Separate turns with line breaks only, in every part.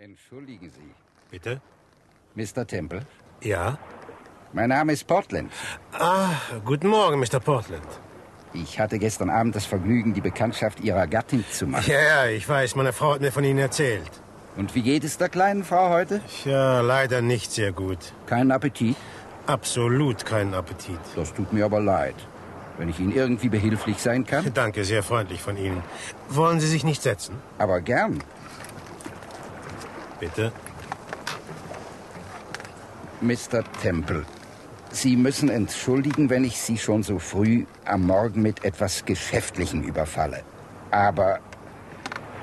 Entschuldigen Sie,
Bitte?
Mr. Temple.
Ja?
Mein Name ist Portland.
Ah, guten Morgen, Mr. Portland.
Ich hatte gestern Abend das Vergnügen, die Bekanntschaft Ihrer Gattin zu machen.
Ja, ja, ich weiß, meine Frau hat mir von Ihnen erzählt.
Und wie geht es der kleinen Frau heute?
Tja, leider nicht sehr gut.
Keinen Appetit?
Absolut keinen Appetit.
Das tut mir aber leid. Wenn ich Ihnen irgendwie behilflich sein kann?
Danke, sehr freundlich von Ihnen. Wollen Sie sich nicht setzen?
Aber gern.
Bitte?
Mr. Temple, Sie müssen entschuldigen, wenn ich Sie schon so früh am Morgen mit etwas Geschäftlichem überfalle. Aber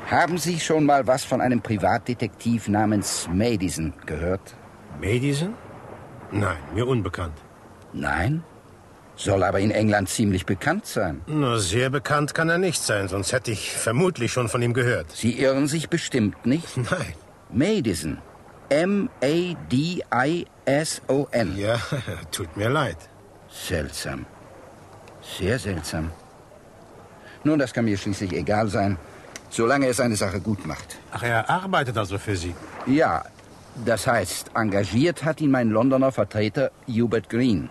haben Sie schon mal was von einem Privatdetektiv namens Madison gehört?
Madison? Nein, mir unbekannt.
Nein? Soll aber in England ziemlich bekannt sein.
Na, sehr bekannt kann er nicht sein, sonst hätte ich vermutlich schon von ihm gehört.
Sie irren sich bestimmt nicht.
Nein.
Madison. M-A-D-I-S-O-N.
Ja, tut mir leid.
Seltsam. Sehr seltsam. Nun, das kann mir schließlich egal sein, solange es eine Sache gut macht.
Ach, er arbeitet also für Sie.
Ja, das heißt, engagiert hat ihn mein Londoner Vertreter Hubert Green.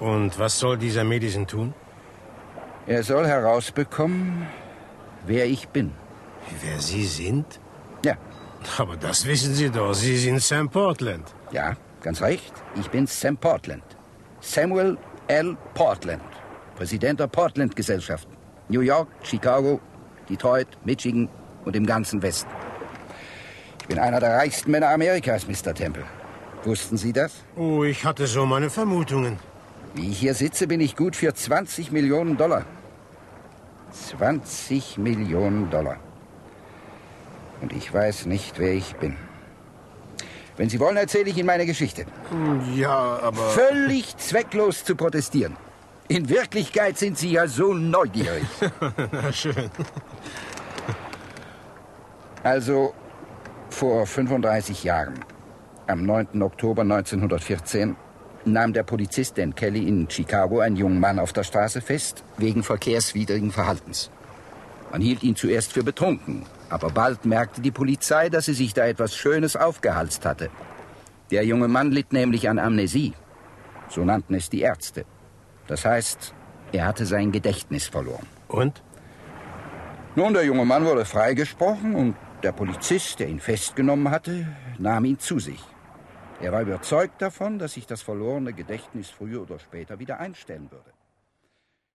Und was soll dieser Madison tun?
Er soll herausbekommen, wer ich bin.
Wer Sie sind?
Ja,
Aber das wissen Sie doch, Sie sind Sam Portland.
ja, ganz recht. Ich bin Sam Portland. Samuel L. Portland. Präsident der Portland-Gesellschaft. New York, Chicago, Detroit, Michigan und im ganzen Westen. Ich bin einer der reichsten Männer Amerikas, Mr. Temple. Wussten Sie das?
Oh, ich hatte so meine Vermutungen.
Wie ich hier sitze, bin ich gut für 20 Millionen Dollar. 20 Millionen Dollar. Und ich weiß nicht, wer ich bin. Wenn Sie wollen, erzähle ich Ihnen meine Geschichte.
Ja, aber...
Völlig zwecklos zu protestieren. In Wirklichkeit sind Sie ja so neugierig.
Na schön.
Also vor 35 Jahren, am 9. Oktober 1914, nahm der Polizist Dan Kelly in Chicago einen jungen Mann auf der Straße fest wegen verkehrswidrigen Verhaltens. Man hielt ihn zuerst für betrunken, aber bald merkte die Polizei, dass er sich da etwas Schönes aufgehalst hatte. Der junge Mann litt nämlich an Amnesie. So nannten es die Ärzte. Das heißt, er hatte sein Gedächtnis verloren.
Und?
Nun, der junge Mann wurde freigesprochen und der Polizist, der ihn festgenommen hatte, nahm ihn zu sich. Er war überzeugt davon, dass sich das verlorene Gedächtnis früher oder später wieder einstellen würde.